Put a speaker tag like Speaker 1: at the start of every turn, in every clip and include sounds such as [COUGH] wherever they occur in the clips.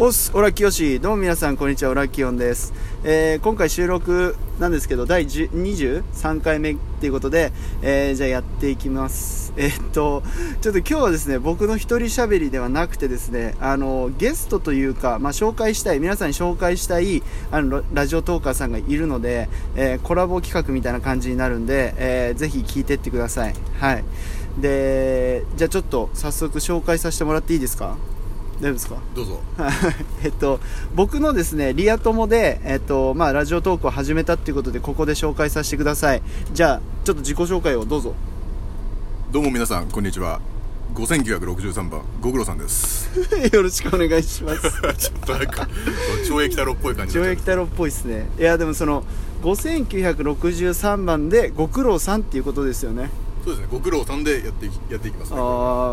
Speaker 1: おっす、オラキヨシ。どうも皆さん、こんにちは、オラキヨンです。えー今回収録なんですけど、第10 23回目っていうことで、えーじゃあやっていきます。えーっと、ちょっと今日はですね、僕の一人喋りではなくてですね、あの、ゲストというか、まあ、紹介したい、皆さんに紹介したい、あの、ララジオトーカーさんがいるので、えーコラボ企画みたいな感じになるんで、えーぜひ聞いてってください。はい。で、じゃあちょっと早速紹介させてもらっていいですか大丈夫ですか
Speaker 2: どうぞ
Speaker 1: はいえっと、僕のですねリア友で、えっとまあ、ラジオトークを始めたっていうことでここで紹介させてくださいじゃあちょっと自己紹介をどうぞ [LAUGHS]
Speaker 2: どうも皆さんこんにちは5963番ご苦労さんです
Speaker 1: よろしくお願いします
Speaker 2: [LAUGHS] ちょっとなんか懲役太郎っぽい感じ
Speaker 1: 上役太郎っぽいですねいやでもその5963番でご苦労さんっていうことですよね
Speaker 2: そうですねご苦労さんでやっていきやっていきますね
Speaker 1: ああ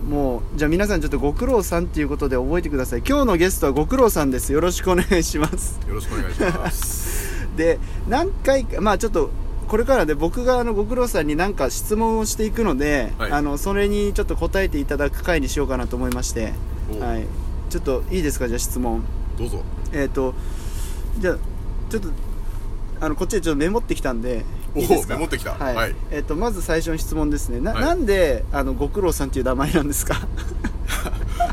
Speaker 1: もうじゃあ皆さんちょっとご苦労さんっていうことで覚えてください今日のゲストはご苦労さんですよろしくお願いします
Speaker 2: よろしくお願いします [LAUGHS]
Speaker 1: で何回かまあちょっとこれからで僕があのご苦労さんに何か質問をしていくので、
Speaker 2: はい
Speaker 1: あのそれにちょっと答えていただく回にしようかなと思いまして、
Speaker 2: お
Speaker 1: はい、ちょっといいですかじゃあ質問
Speaker 2: どうぞ
Speaker 1: えっ、とじゃあちょっとあのこっちでちょっとメモってきたんで
Speaker 2: おお
Speaker 1: いいですか
Speaker 2: メモってきた
Speaker 1: はい、
Speaker 2: はい
Speaker 1: えっ、とまず最初の質問ですねな,、
Speaker 2: はい
Speaker 1: なんであのご苦労さんっていう名前なんですか [LAUGHS]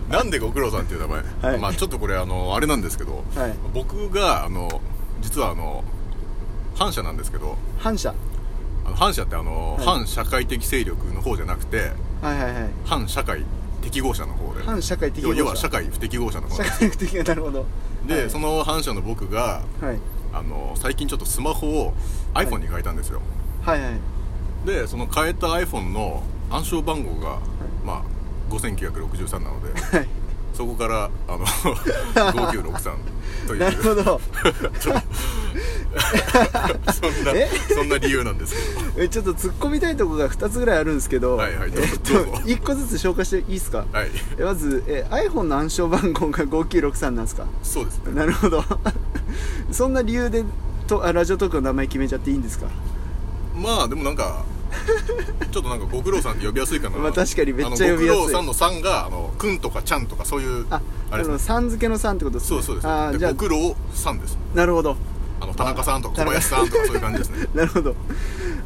Speaker 2: なんでご苦労さんっていう名前、
Speaker 1: はい
Speaker 2: まあちょっとこれあのあれなんですけど、
Speaker 1: はい
Speaker 2: 僕があの実はあの反社なんですけど
Speaker 1: 反社
Speaker 2: あの反社ってあの、
Speaker 1: はい
Speaker 2: 反社会的勢力の方じゃなくて
Speaker 1: はいはいはい
Speaker 2: 反社会適合者の方で
Speaker 1: 反社会的
Speaker 2: 要要は社
Speaker 1: 会
Speaker 2: 会不適合者の方
Speaker 1: 社
Speaker 2: なんです
Speaker 1: 会的なるほど
Speaker 2: で、
Speaker 1: はい
Speaker 2: その反社の僕が
Speaker 1: はい、
Speaker 2: あの最近ちょっとスマホを iPhone に変えたんですよ、
Speaker 1: はいはい
Speaker 2: でその変えた iPhone の暗証番号が、まあ5963なので [LAUGHS]
Speaker 1: はい
Speaker 2: そこからあの [LAUGHS] 5963という
Speaker 1: なるほど
Speaker 2: そんな
Speaker 1: え
Speaker 2: そんな理由なんですけど
Speaker 1: えちょっと突っ込みたいとこが2つぐらいあるんですけど、
Speaker 2: はいはいどう
Speaker 1: えっと
Speaker 2: どうぞ
Speaker 1: 1個ずつ紹介していいですか、
Speaker 2: はい
Speaker 1: えまずえ iPhone の暗証番号が5963なんですか
Speaker 2: そうですね
Speaker 1: なるほど [LAUGHS] そんな理由でとあラジオトークの名前決めちゃっていいんですか
Speaker 2: まあでもなんかちょっとなんかご苦労さんって呼びやすいかな、
Speaker 1: まあ確かにめっちゃ
Speaker 2: あの
Speaker 1: 呼びやすい
Speaker 2: ご苦労さんの「さん」が「あのくん」とか「ちゃん」とかそういう
Speaker 1: あ
Speaker 2: あ
Speaker 1: あ
Speaker 2: れです
Speaker 1: の
Speaker 2: ね
Speaker 1: さん付けのさんってことです
Speaker 2: そ
Speaker 1: ね
Speaker 2: うそうです
Speaker 1: あー
Speaker 2: で
Speaker 1: じゃ
Speaker 2: ご苦労さんです
Speaker 1: あなるほど [LAUGHS]
Speaker 2: あの田中さんとか小林さんとかそういう感じですね
Speaker 1: なるほど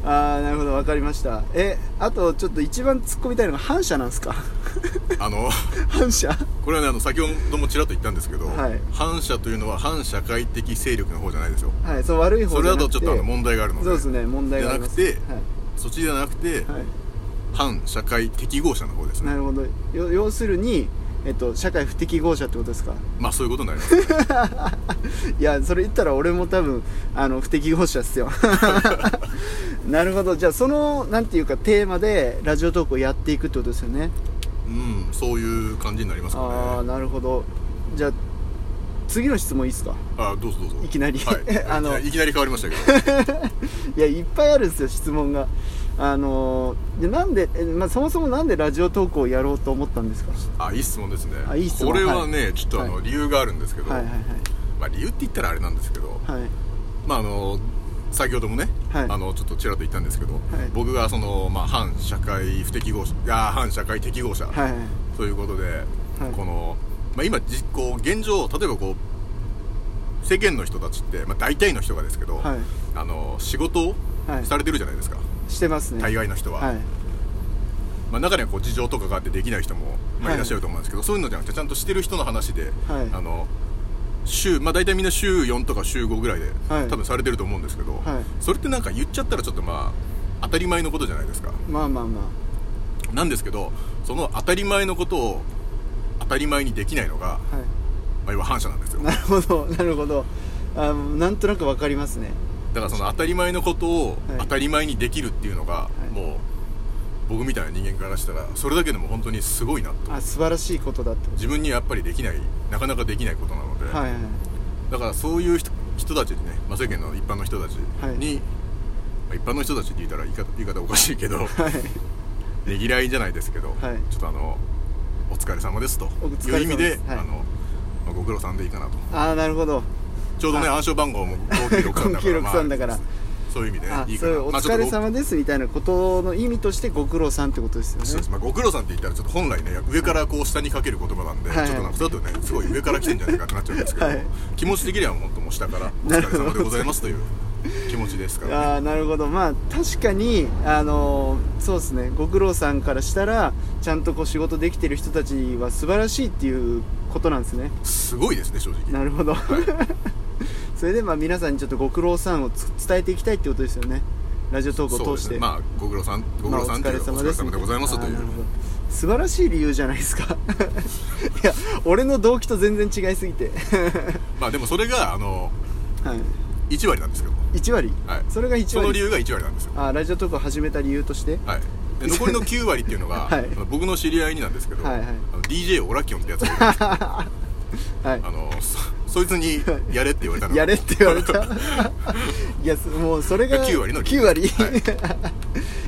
Speaker 1: あーなるほど分かりましたえあとちょっと一番突っ込みたいのが反射なんですか [LAUGHS]
Speaker 2: あの
Speaker 1: 反射
Speaker 2: これはねあの先ほどもちらっと言ったんですけど、
Speaker 1: はい
Speaker 2: 反社というのは反社会的勢力の方じゃないですよ
Speaker 1: はいそう悪い方
Speaker 2: そ
Speaker 1: じ
Speaker 2: れ
Speaker 1: ゃ
Speaker 2: だ
Speaker 1: なく
Speaker 2: と
Speaker 1: て
Speaker 2: ちょっとあの問題があるので
Speaker 1: そうですね問題があります
Speaker 2: じゃなく
Speaker 1: はい
Speaker 2: てそっちじゃなくて、
Speaker 1: はい
Speaker 2: 反社会適合者の方です
Speaker 1: な
Speaker 2: ね
Speaker 1: るほどよ要するに、えっと、社会不適合者ってことですか
Speaker 2: まあそういうことになりますね
Speaker 1: いやそれ言ったら俺も多分あの不適合者っす
Speaker 2: [LAUGHS]
Speaker 1: よなるほどじゃあそのなんていうかテーマでラジオトークをやっていくってことですよね
Speaker 2: うんそういう感じになりますかね
Speaker 1: ああ
Speaker 2: あ
Speaker 1: なるほどじゃあ次の質問いいっすか
Speaker 2: あどうぞどうぞ
Speaker 1: いきなり
Speaker 2: は
Speaker 1: [LAUGHS] あ
Speaker 2: あ
Speaker 1: の
Speaker 2: のいきなり変わりました
Speaker 1: [LAUGHS]
Speaker 2: けど
Speaker 1: いやいっぱいあるんですよ質問があのーでなんで、えまあ、そもそもなんでラジオトークをやろうと思ったんですか
Speaker 2: あいい質問ですね
Speaker 1: あいい質問
Speaker 2: これはね、
Speaker 1: はい
Speaker 2: ちょっとあの、
Speaker 1: はい
Speaker 2: 理由があるんですけど、
Speaker 1: はいはい
Speaker 2: まあ、理由って言ったらあれなんですけど、
Speaker 1: はいはい
Speaker 2: まああの先ほどもね、
Speaker 1: はい
Speaker 2: あのちょっとちらっと言ったんですけど、僕がその、まあ、反社会不適合者いや反社会適合者、
Speaker 1: はい
Speaker 2: ということで、
Speaker 1: はい
Speaker 2: この、まあ、今実こう現状例えばこう世間の人たちって、まあ、大体の人がですけど、
Speaker 1: はい
Speaker 2: あの仕事を
Speaker 1: はい
Speaker 2: されてるじゃないですか、
Speaker 1: してますね
Speaker 2: 大概の人は、
Speaker 1: はい
Speaker 2: まあ、中にはこう事情とかがあってできない人も、ま
Speaker 1: は
Speaker 2: あ、
Speaker 1: い
Speaker 2: いらっしゃると思うんですけど、そういうのじゃなくてちゃんとしてる人の話で、
Speaker 1: はい
Speaker 2: あの週まあ、大体みんな週4とか週5ぐらいで、
Speaker 1: はい
Speaker 2: 多分されてると思うんですけど、
Speaker 1: はい
Speaker 2: それってなんか言っちゃったらちょっとまあ当たり前のことじゃないですか
Speaker 1: まあまあまあ
Speaker 2: なんですけどその当たり前のことを当たり前にできないのが、
Speaker 1: はい
Speaker 2: まあ、今反社なんですよだ
Speaker 1: な
Speaker 2: か
Speaker 1: るほどなるほどあなんとなくわかりますね
Speaker 2: らその当たり前のことを
Speaker 1: はい
Speaker 2: 当たり前にできるっていうのが、
Speaker 1: い
Speaker 2: もう僕みたいな人間からしたらそれだけでも本当にすごいなと
Speaker 1: あ素晴らしいことだってこ
Speaker 2: 自分にはやっぱりできないなかなかできないことなので、
Speaker 1: とはいはい
Speaker 2: だからそういう人人たちにね、まあ、世間の一般の人たち
Speaker 1: はい
Speaker 2: に、まあ一般の人たちって言ったら言い方言い方おかしいけど
Speaker 1: はい
Speaker 2: ねぎらいじゃないですけど、
Speaker 1: はい
Speaker 2: ちょっとあのお疲れ様ですと
Speaker 1: お疲れ様
Speaker 2: いう意味で、
Speaker 1: ですはい
Speaker 2: あのまあご苦労さんでいいかなと
Speaker 1: ああなるほど
Speaker 2: ちょうどね暗証番号も5 9 6 3だ
Speaker 1: 963だか
Speaker 2: から
Speaker 1: ら
Speaker 2: まそういう意味でね
Speaker 1: あ
Speaker 2: いいか
Speaker 1: そ
Speaker 2: な
Speaker 1: うお
Speaker 2: まあちょっ
Speaker 1: 疲
Speaker 2: と
Speaker 1: れ様ですみたいなことの意味としてご苦労さんってことですよ
Speaker 2: そうで
Speaker 1: ね
Speaker 2: すまあ、ご苦労さんって言ったらちょっと本来ね上からこう下にかける言葉なんで、
Speaker 1: はい
Speaker 2: ちょっとなんかそれだとねすごい上から来てんじゃないかってなっちゃうんですけど、
Speaker 1: はい
Speaker 2: 気持ち的にはもっともう下からお
Speaker 1: な
Speaker 2: 疲
Speaker 1: る
Speaker 2: れ
Speaker 1: ほど
Speaker 2: 様でございますという気持ちですから、ね、
Speaker 1: あーなるほどまあ確かにあのーそうですねご苦労さんからしたらちゃんとこう仕事できてる人たちは素晴らしいっていうことなんですね
Speaker 2: すごいですね正直
Speaker 1: なるほど [LAUGHS] それでまあ皆さんにちょっとご苦労さんをつ伝えていきたいってことですよねラジオ投稿
Speaker 2: そう
Speaker 1: を
Speaker 2: で
Speaker 1: 通し
Speaker 2: す
Speaker 1: て、
Speaker 2: ねまあご苦労さんご苦
Speaker 1: まあ
Speaker 2: 労さんというかお疲れ様でございますとい
Speaker 1: あ
Speaker 2: う
Speaker 1: ーなるほど素晴らしい理由じゃないですかいや俺の動機と全然違いすぎて、
Speaker 2: まあでもそれがあの
Speaker 1: はい、
Speaker 2: 1割なんですけど
Speaker 1: 1割、
Speaker 2: はい
Speaker 1: それが1割
Speaker 2: その理由が1割なんですよ、
Speaker 1: あーラジオトークを始めた理由として
Speaker 2: はい、で残りの9割っていうのが、
Speaker 1: [LAUGHS] はい
Speaker 2: あの僕の知り合いになんですけど、
Speaker 1: はいはい
Speaker 2: あの DJ オラキオンってやつがいるん
Speaker 1: [LAUGHS]
Speaker 2: ですけど
Speaker 1: はい
Speaker 2: あのそそいつにやれって言われたの
Speaker 1: やれって言われ [LAUGHS] た
Speaker 2: [LAUGHS]
Speaker 1: いやそもうそれが
Speaker 2: 9割の理
Speaker 1: 9
Speaker 2: 由
Speaker 1: 割、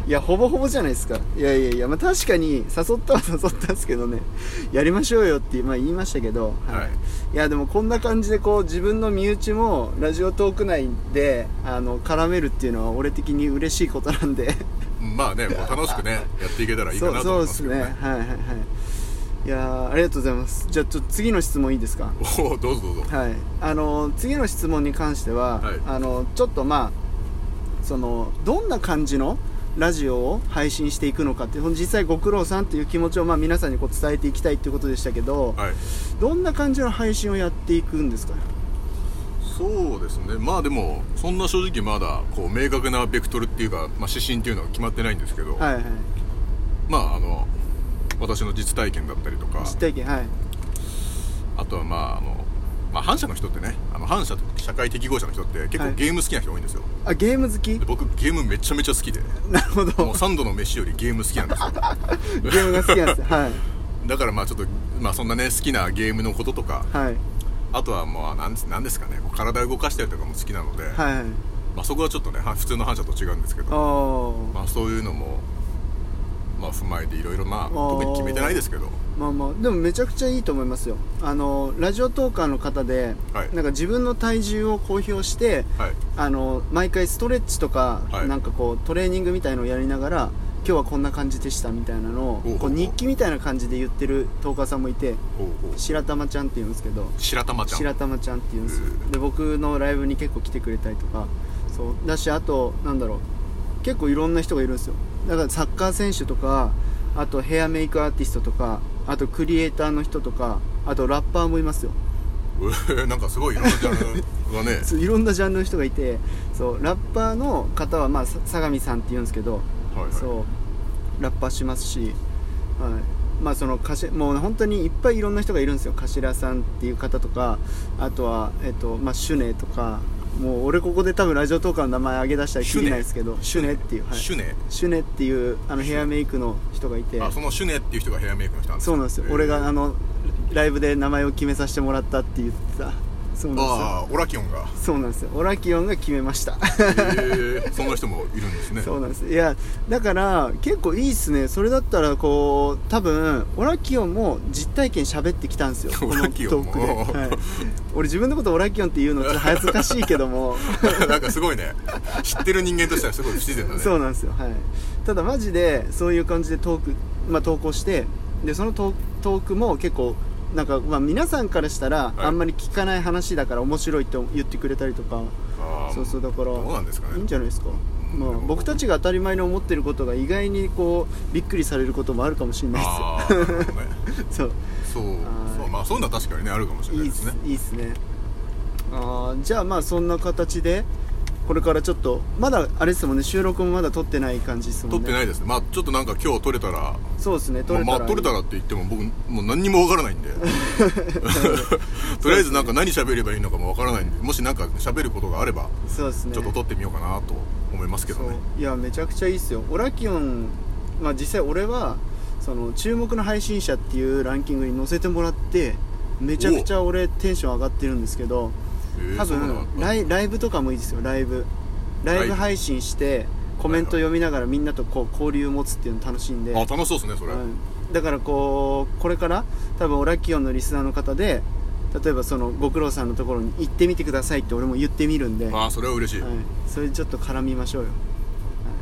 Speaker 1: い、やほぼほぼじゃないですかいやいやいや、まあ、確かに誘ったは [LAUGHS] 誘ったんですけどねやりましょうよって、まあ、言いましたけど、
Speaker 2: はい
Speaker 1: いやでもこんな感じでこう自分の身内もラジオトーク内であの絡めるっていうのは俺的に嬉しいことなんで
Speaker 2: まあね、もう楽しく
Speaker 1: [LAUGHS]
Speaker 2: ね、やっていけたらいいか
Speaker 1: そ
Speaker 2: な
Speaker 1: う
Speaker 2: と
Speaker 1: そう
Speaker 2: 思
Speaker 1: で
Speaker 2: います
Speaker 1: す
Speaker 2: けど
Speaker 1: ねはい
Speaker 2: ね。
Speaker 1: はいはいいやーありがとうございますじゃあちょっと次の質問いいですか
Speaker 2: おお、どうぞどうぞ。
Speaker 1: はい、あの次の質問に関しては、
Speaker 2: はい
Speaker 1: あのちょっとまあそのどんな感じのラジオを配信していくのかって実際ご苦労さんという気持ちをまあ皆さんにこう伝えていきたいということでしたけど、
Speaker 2: はい。
Speaker 1: どんな感じの配信をやっていくんですか
Speaker 2: そうですね。まあでも、そんな正直まだ、こう、明確なベクトルっていうか、まあ指針っていうのは決まってないんですけど、
Speaker 1: はいはい
Speaker 2: まああの、私の実体験だったりとか、
Speaker 1: 実体験はい
Speaker 2: あとはまああの、まあ反社の人ってね、あの反社と社会適合者の人って結
Speaker 1: は
Speaker 2: 構
Speaker 1: い
Speaker 2: ゲーム好きな人多いんですよ。
Speaker 1: あゲーム好
Speaker 2: [LAUGHS]
Speaker 1: き
Speaker 2: で僕ゲームめちゃめちゃ好きで、
Speaker 1: [LAUGHS] なるほ
Speaker 2: も
Speaker 1: ど
Speaker 2: う3度の飯よりゲーム好きな
Speaker 1: [LAUGHS]
Speaker 2: んですよ。
Speaker 1: ゲームが好きなん
Speaker 2: [LAUGHS]
Speaker 1: ですはい
Speaker 2: だからまあちょっと、まあそんなね、好きなゲームのこととか、
Speaker 1: はい
Speaker 2: あとはまあなんですなんですかね、こう体を動かしたりとかも好きなので、
Speaker 1: はいはい
Speaker 2: まあ、そこはちょっとねは普通の反射と違うんですけど
Speaker 1: おー
Speaker 2: まあ、そういうのも、まあ、踏まえていろいろまあ
Speaker 1: ー
Speaker 2: 特に決めてないですけど
Speaker 1: まあまあでもめちゃくちゃいいと思いますよあのラジオトーカーの方で、
Speaker 2: はい
Speaker 1: なんか自分の体重を公表して
Speaker 2: はい
Speaker 1: あの毎回ストレッチとか、
Speaker 2: はい
Speaker 1: なんかこうトレーニングみたいのをやりながら今日はこんな感じでしたみたいなのを
Speaker 2: ほうほう
Speaker 1: こう日記みたいな感じで言ってるトーカーさんもいて
Speaker 2: おうおう
Speaker 1: 白玉ちゃんって言うんですけど
Speaker 2: 白玉ちゃん
Speaker 1: 白玉ちゃんって言うんですよ
Speaker 2: へ
Speaker 1: で僕のライブに結構来てくれたりとかそうだしあとなんだろう結構いろんな人がいるんですよだからサッカー選手とかあとヘアメイクアーティストとかあとクリエイターの人とかあとラッパーもいますよ
Speaker 2: えーなんかすごいいろんなジャンルがね
Speaker 1: [LAUGHS] そういろんなジャンルの人がいてそうラッパーの方は、まあ、さ相模さんって言うんですけど、
Speaker 2: はいはい
Speaker 1: そうラッパーしますし、はい、まあそのかしもう本当にいっぱいいろんな人がいるんですよ頭さんっていう方とかあとは、えっとまあ、シュネとかもう俺ここで多分ラジオトーカーの名前挙げ出したらきりないですけどシュネっていう、はい、
Speaker 2: シュネ
Speaker 1: シュネっていうあのヘアメイクの人がいて
Speaker 2: あそのシュネっていう人がヘアメイクの人なんです
Speaker 1: そうなんですよ、俺があ
Speaker 2: の
Speaker 1: のライブで名前を決めさせてもらったって言ってたそうなんですよ
Speaker 2: ああオラキオンが
Speaker 1: そうなんですよオラキオンが決めま
Speaker 2: [LAUGHS]
Speaker 1: した
Speaker 2: へ
Speaker 1: [LAUGHS]
Speaker 2: ーそんな人もいるんですね
Speaker 1: そうなんですいやだから結構いいっすねそれだったらこう多分オラキオンも実体験喋ってきたんですよ
Speaker 2: [LAUGHS] オラキオンも
Speaker 1: このトークで、はい、俺自分のことオラキオンって言うのちょっと恥ずかしいけども
Speaker 2: [LAUGHS] なんかすごいね知ってる人間としてはすごい不自然だね
Speaker 1: そうなんですよはいただマジでそういう感じでトーク、まあ、投稿してでそのトートークも結構なんかまあ皆さんからしたら
Speaker 2: い
Speaker 1: あんまり聞かない話だから面白いと言ってくれたりとか、
Speaker 2: あー
Speaker 1: そうそうだから
Speaker 2: どうなんですかね
Speaker 1: いいんじゃないですか、
Speaker 2: ん
Speaker 1: まあ、僕たちが当たり前に思ってることが意外にこうびっくりされることもあるかもしれない
Speaker 2: ああなるほどね
Speaker 1: [LAUGHS] ですよ
Speaker 2: そう
Speaker 1: はい
Speaker 2: そうまあそういうのは確かにねあるかもし
Speaker 1: そう
Speaker 2: れないい
Speaker 1: いっ
Speaker 2: です
Speaker 1: す
Speaker 2: ね
Speaker 1: いいっすねあーじゃあまあそんな形でこれからちょっとまだあれですもんね収録もまだ撮ってない感じですも
Speaker 2: 撮
Speaker 1: ん
Speaker 2: っ
Speaker 1: ね
Speaker 2: てないですねまあちょっとなんか今日撮れたら
Speaker 1: そうですね撮
Speaker 2: ま
Speaker 1: れ
Speaker 2: あ
Speaker 1: た
Speaker 2: ま
Speaker 1: ら、
Speaker 2: あ撮れたらって言っても僕もう何にもわからないんで
Speaker 1: [LAUGHS]
Speaker 2: とりあえずなんか何喋ればいいのかもわからないんでもしなんか喋ることがあれば
Speaker 1: そうですね
Speaker 2: ちょっと撮ってみようかなと思いますけどね
Speaker 1: そういやめちゃくちゃいいっすよオラキオン、まあ、実際俺はその注目の配信者っていうランキングに載せてもらってめちゃくちゃ俺テンション上がってるんですけど
Speaker 2: えー
Speaker 1: 多
Speaker 2: そうなの
Speaker 1: 分ライライブとかもいいですよライブライブ配信してコメント読みながらみんなとこう交流を持つっていうの楽しいんで、
Speaker 2: あ楽しそうですねそれ
Speaker 1: うんだからこうこれから多分オラキオンのリスナーの方で例えばそのご苦労さんのところに行ってみてくださいって俺も言ってみるんで、は
Speaker 2: ああそれは嬉しい、
Speaker 1: い、それちょっと絡みましょうよ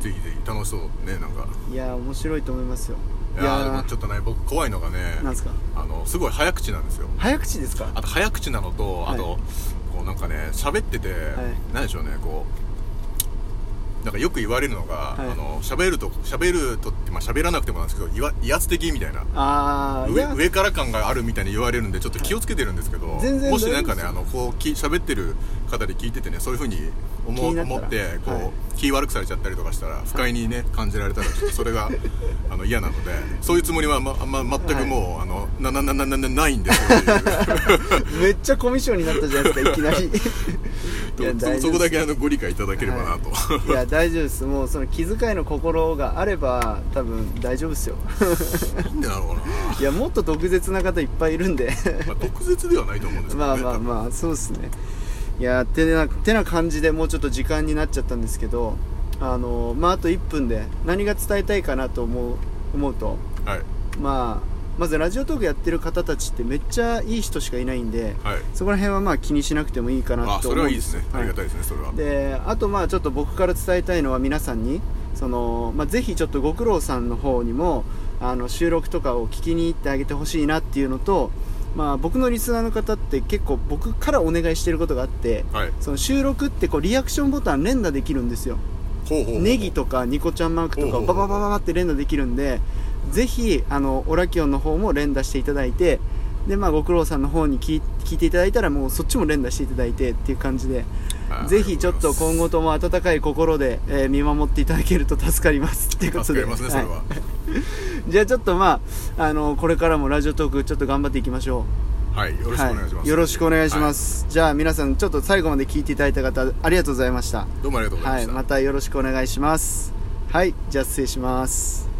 Speaker 2: ぜひぜひ楽しそうねなんか
Speaker 1: いやー面白いと思いますよ
Speaker 2: いやーで
Speaker 1: ー
Speaker 2: もちょっとね僕怖いのがね
Speaker 1: なんすか
Speaker 2: あのすごい早口なんですよ
Speaker 1: 早口ですか
Speaker 2: あと早口なのと
Speaker 1: はい
Speaker 2: あと、こうなんかね喋ってて、なんでしょうねこうなんかよく言われるのが、
Speaker 1: はい
Speaker 2: あの喋ると喋るとってまあ喋らなくてもなんですけどいわ威圧的みたいな
Speaker 1: ああい
Speaker 2: 上
Speaker 1: や
Speaker 2: 上から感があるみたいに言われるんでちょっと気をつけてるんですけど、
Speaker 1: 全然
Speaker 2: もしなんかね
Speaker 1: 大
Speaker 2: あのこうき喋ってる方に聞いててねそういうふうに
Speaker 1: 気
Speaker 2: 思
Speaker 1: に
Speaker 2: う
Speaker 1: なったら
Speaker 2: 思ってこう、
Speaker 1: はい
Speaker 2: 気悪くされちゃったりとかしたら不快にね感じられたらちょっとそれがあの嫌なのでそういうつもりは、まあんま全くもう、あのななななななないんですよって
Speaker 1: めっちゃコミュ障になったじゃないですかいきなり
Speaker 2: [LAUGHS]
Speaker 1: い
Speaker 2: い
Speaker 1: や
Speaker 2: う
Speaker 1: 大丈夫
Speaker 2: そそこだけあのご理解いただければな
Speaker 1: い
Speaker 2: と、
Speaker 1: や大丈夫ですもうその気遣いの心があれば多分大丈夫
Speaker 2: [LAUGHS]
Speaker 1: ですよ
Speaker 2: なんでだろうな、
Speaker 1: いやもっと毒舌な方いっぱいいるんで [LAUGHS]
Speaker 2: まあ、毒舌ではないと思うんですけ
Speaker 1: ま
Speaker 2: ど
Speaker 1: あ
Speaker 2: ね、
Speaker 1: まあ
Speaker 2: 多分
Speaker 1: まあそうですねいやてなてな感じでもうちょっと時間になっちゃったんですけどあのまああと1分で何が伝えたいかなと思う思うと
Speaker 2: はい
Speaker 1: まあまずラジオトークやってる方たちってめっちゃいい人しかいないんで
Speaker 2: はい
Speaker 1: そこら辺はまあ気にしなくてもいいかな
Speaker 2: あ
Speaker 1: と
Speaker 2: そ
Speaker 1: 思
Speaker 2: れ
Speaker 1: う
Speaker 2: は
Speaker 1: ん
Speaker 2: いいですね、
Speaker 1: は
Speaker 2: ありがたいですねそれは
Speaker 1: であとまあちょっと僕から伝えたいのは皆さんにその、まあ、ぜひちょっとご苦労さんの方にもあの収録とかを聞きに行ってあげてほしいなっていうのと、まあ、僕のリスナーの方って結構僕からお願いしてることがあって
Speaker 2: はい
Speaker 1: その収録ってこうリアクションボタン連打できるんですよ
Speaker 2: ほうほうほう
Speaker 1: ネギとかニコちゃんマークとか
Speaker 2: おうおう
Speaker 1: バババババって連打できるんでぜひあのオラキオンの方も連打していただいてでまあご苦労さんの方に聞い聞いていただいたらもうそっちも連打していただいてっていう感じで
Speaker 2: はい
Speaker 1: ぜひちょっと
Speaker 2: ありが
Speaker 1: 今後とも温かい心で、えー見守っていただけると助かりますっていうこと
Speaker 2: 助
Speaker 1: で
Speaker 2: かりますねそれは、
Speaker 1: いじゃあちょっとまああのこれからもラジオトークちょっと頑張っていきましょ
Speaker 2: はい、よ
Speaker 1: う
Speaker 2: ろしくお願いします、
Speaker 1: はい、よろしくお願いします、じゃあ皆さんちょっと最後まで聞いていただいた方ありがとうございました
Speaker 2: はい、どうもありがとうございま
Speaker 1: は
Speaker 2: し
Speaker 1: い
Speaker 2: た、
Speaker 1: またよろしくお願いしますはいじゃあ失礼します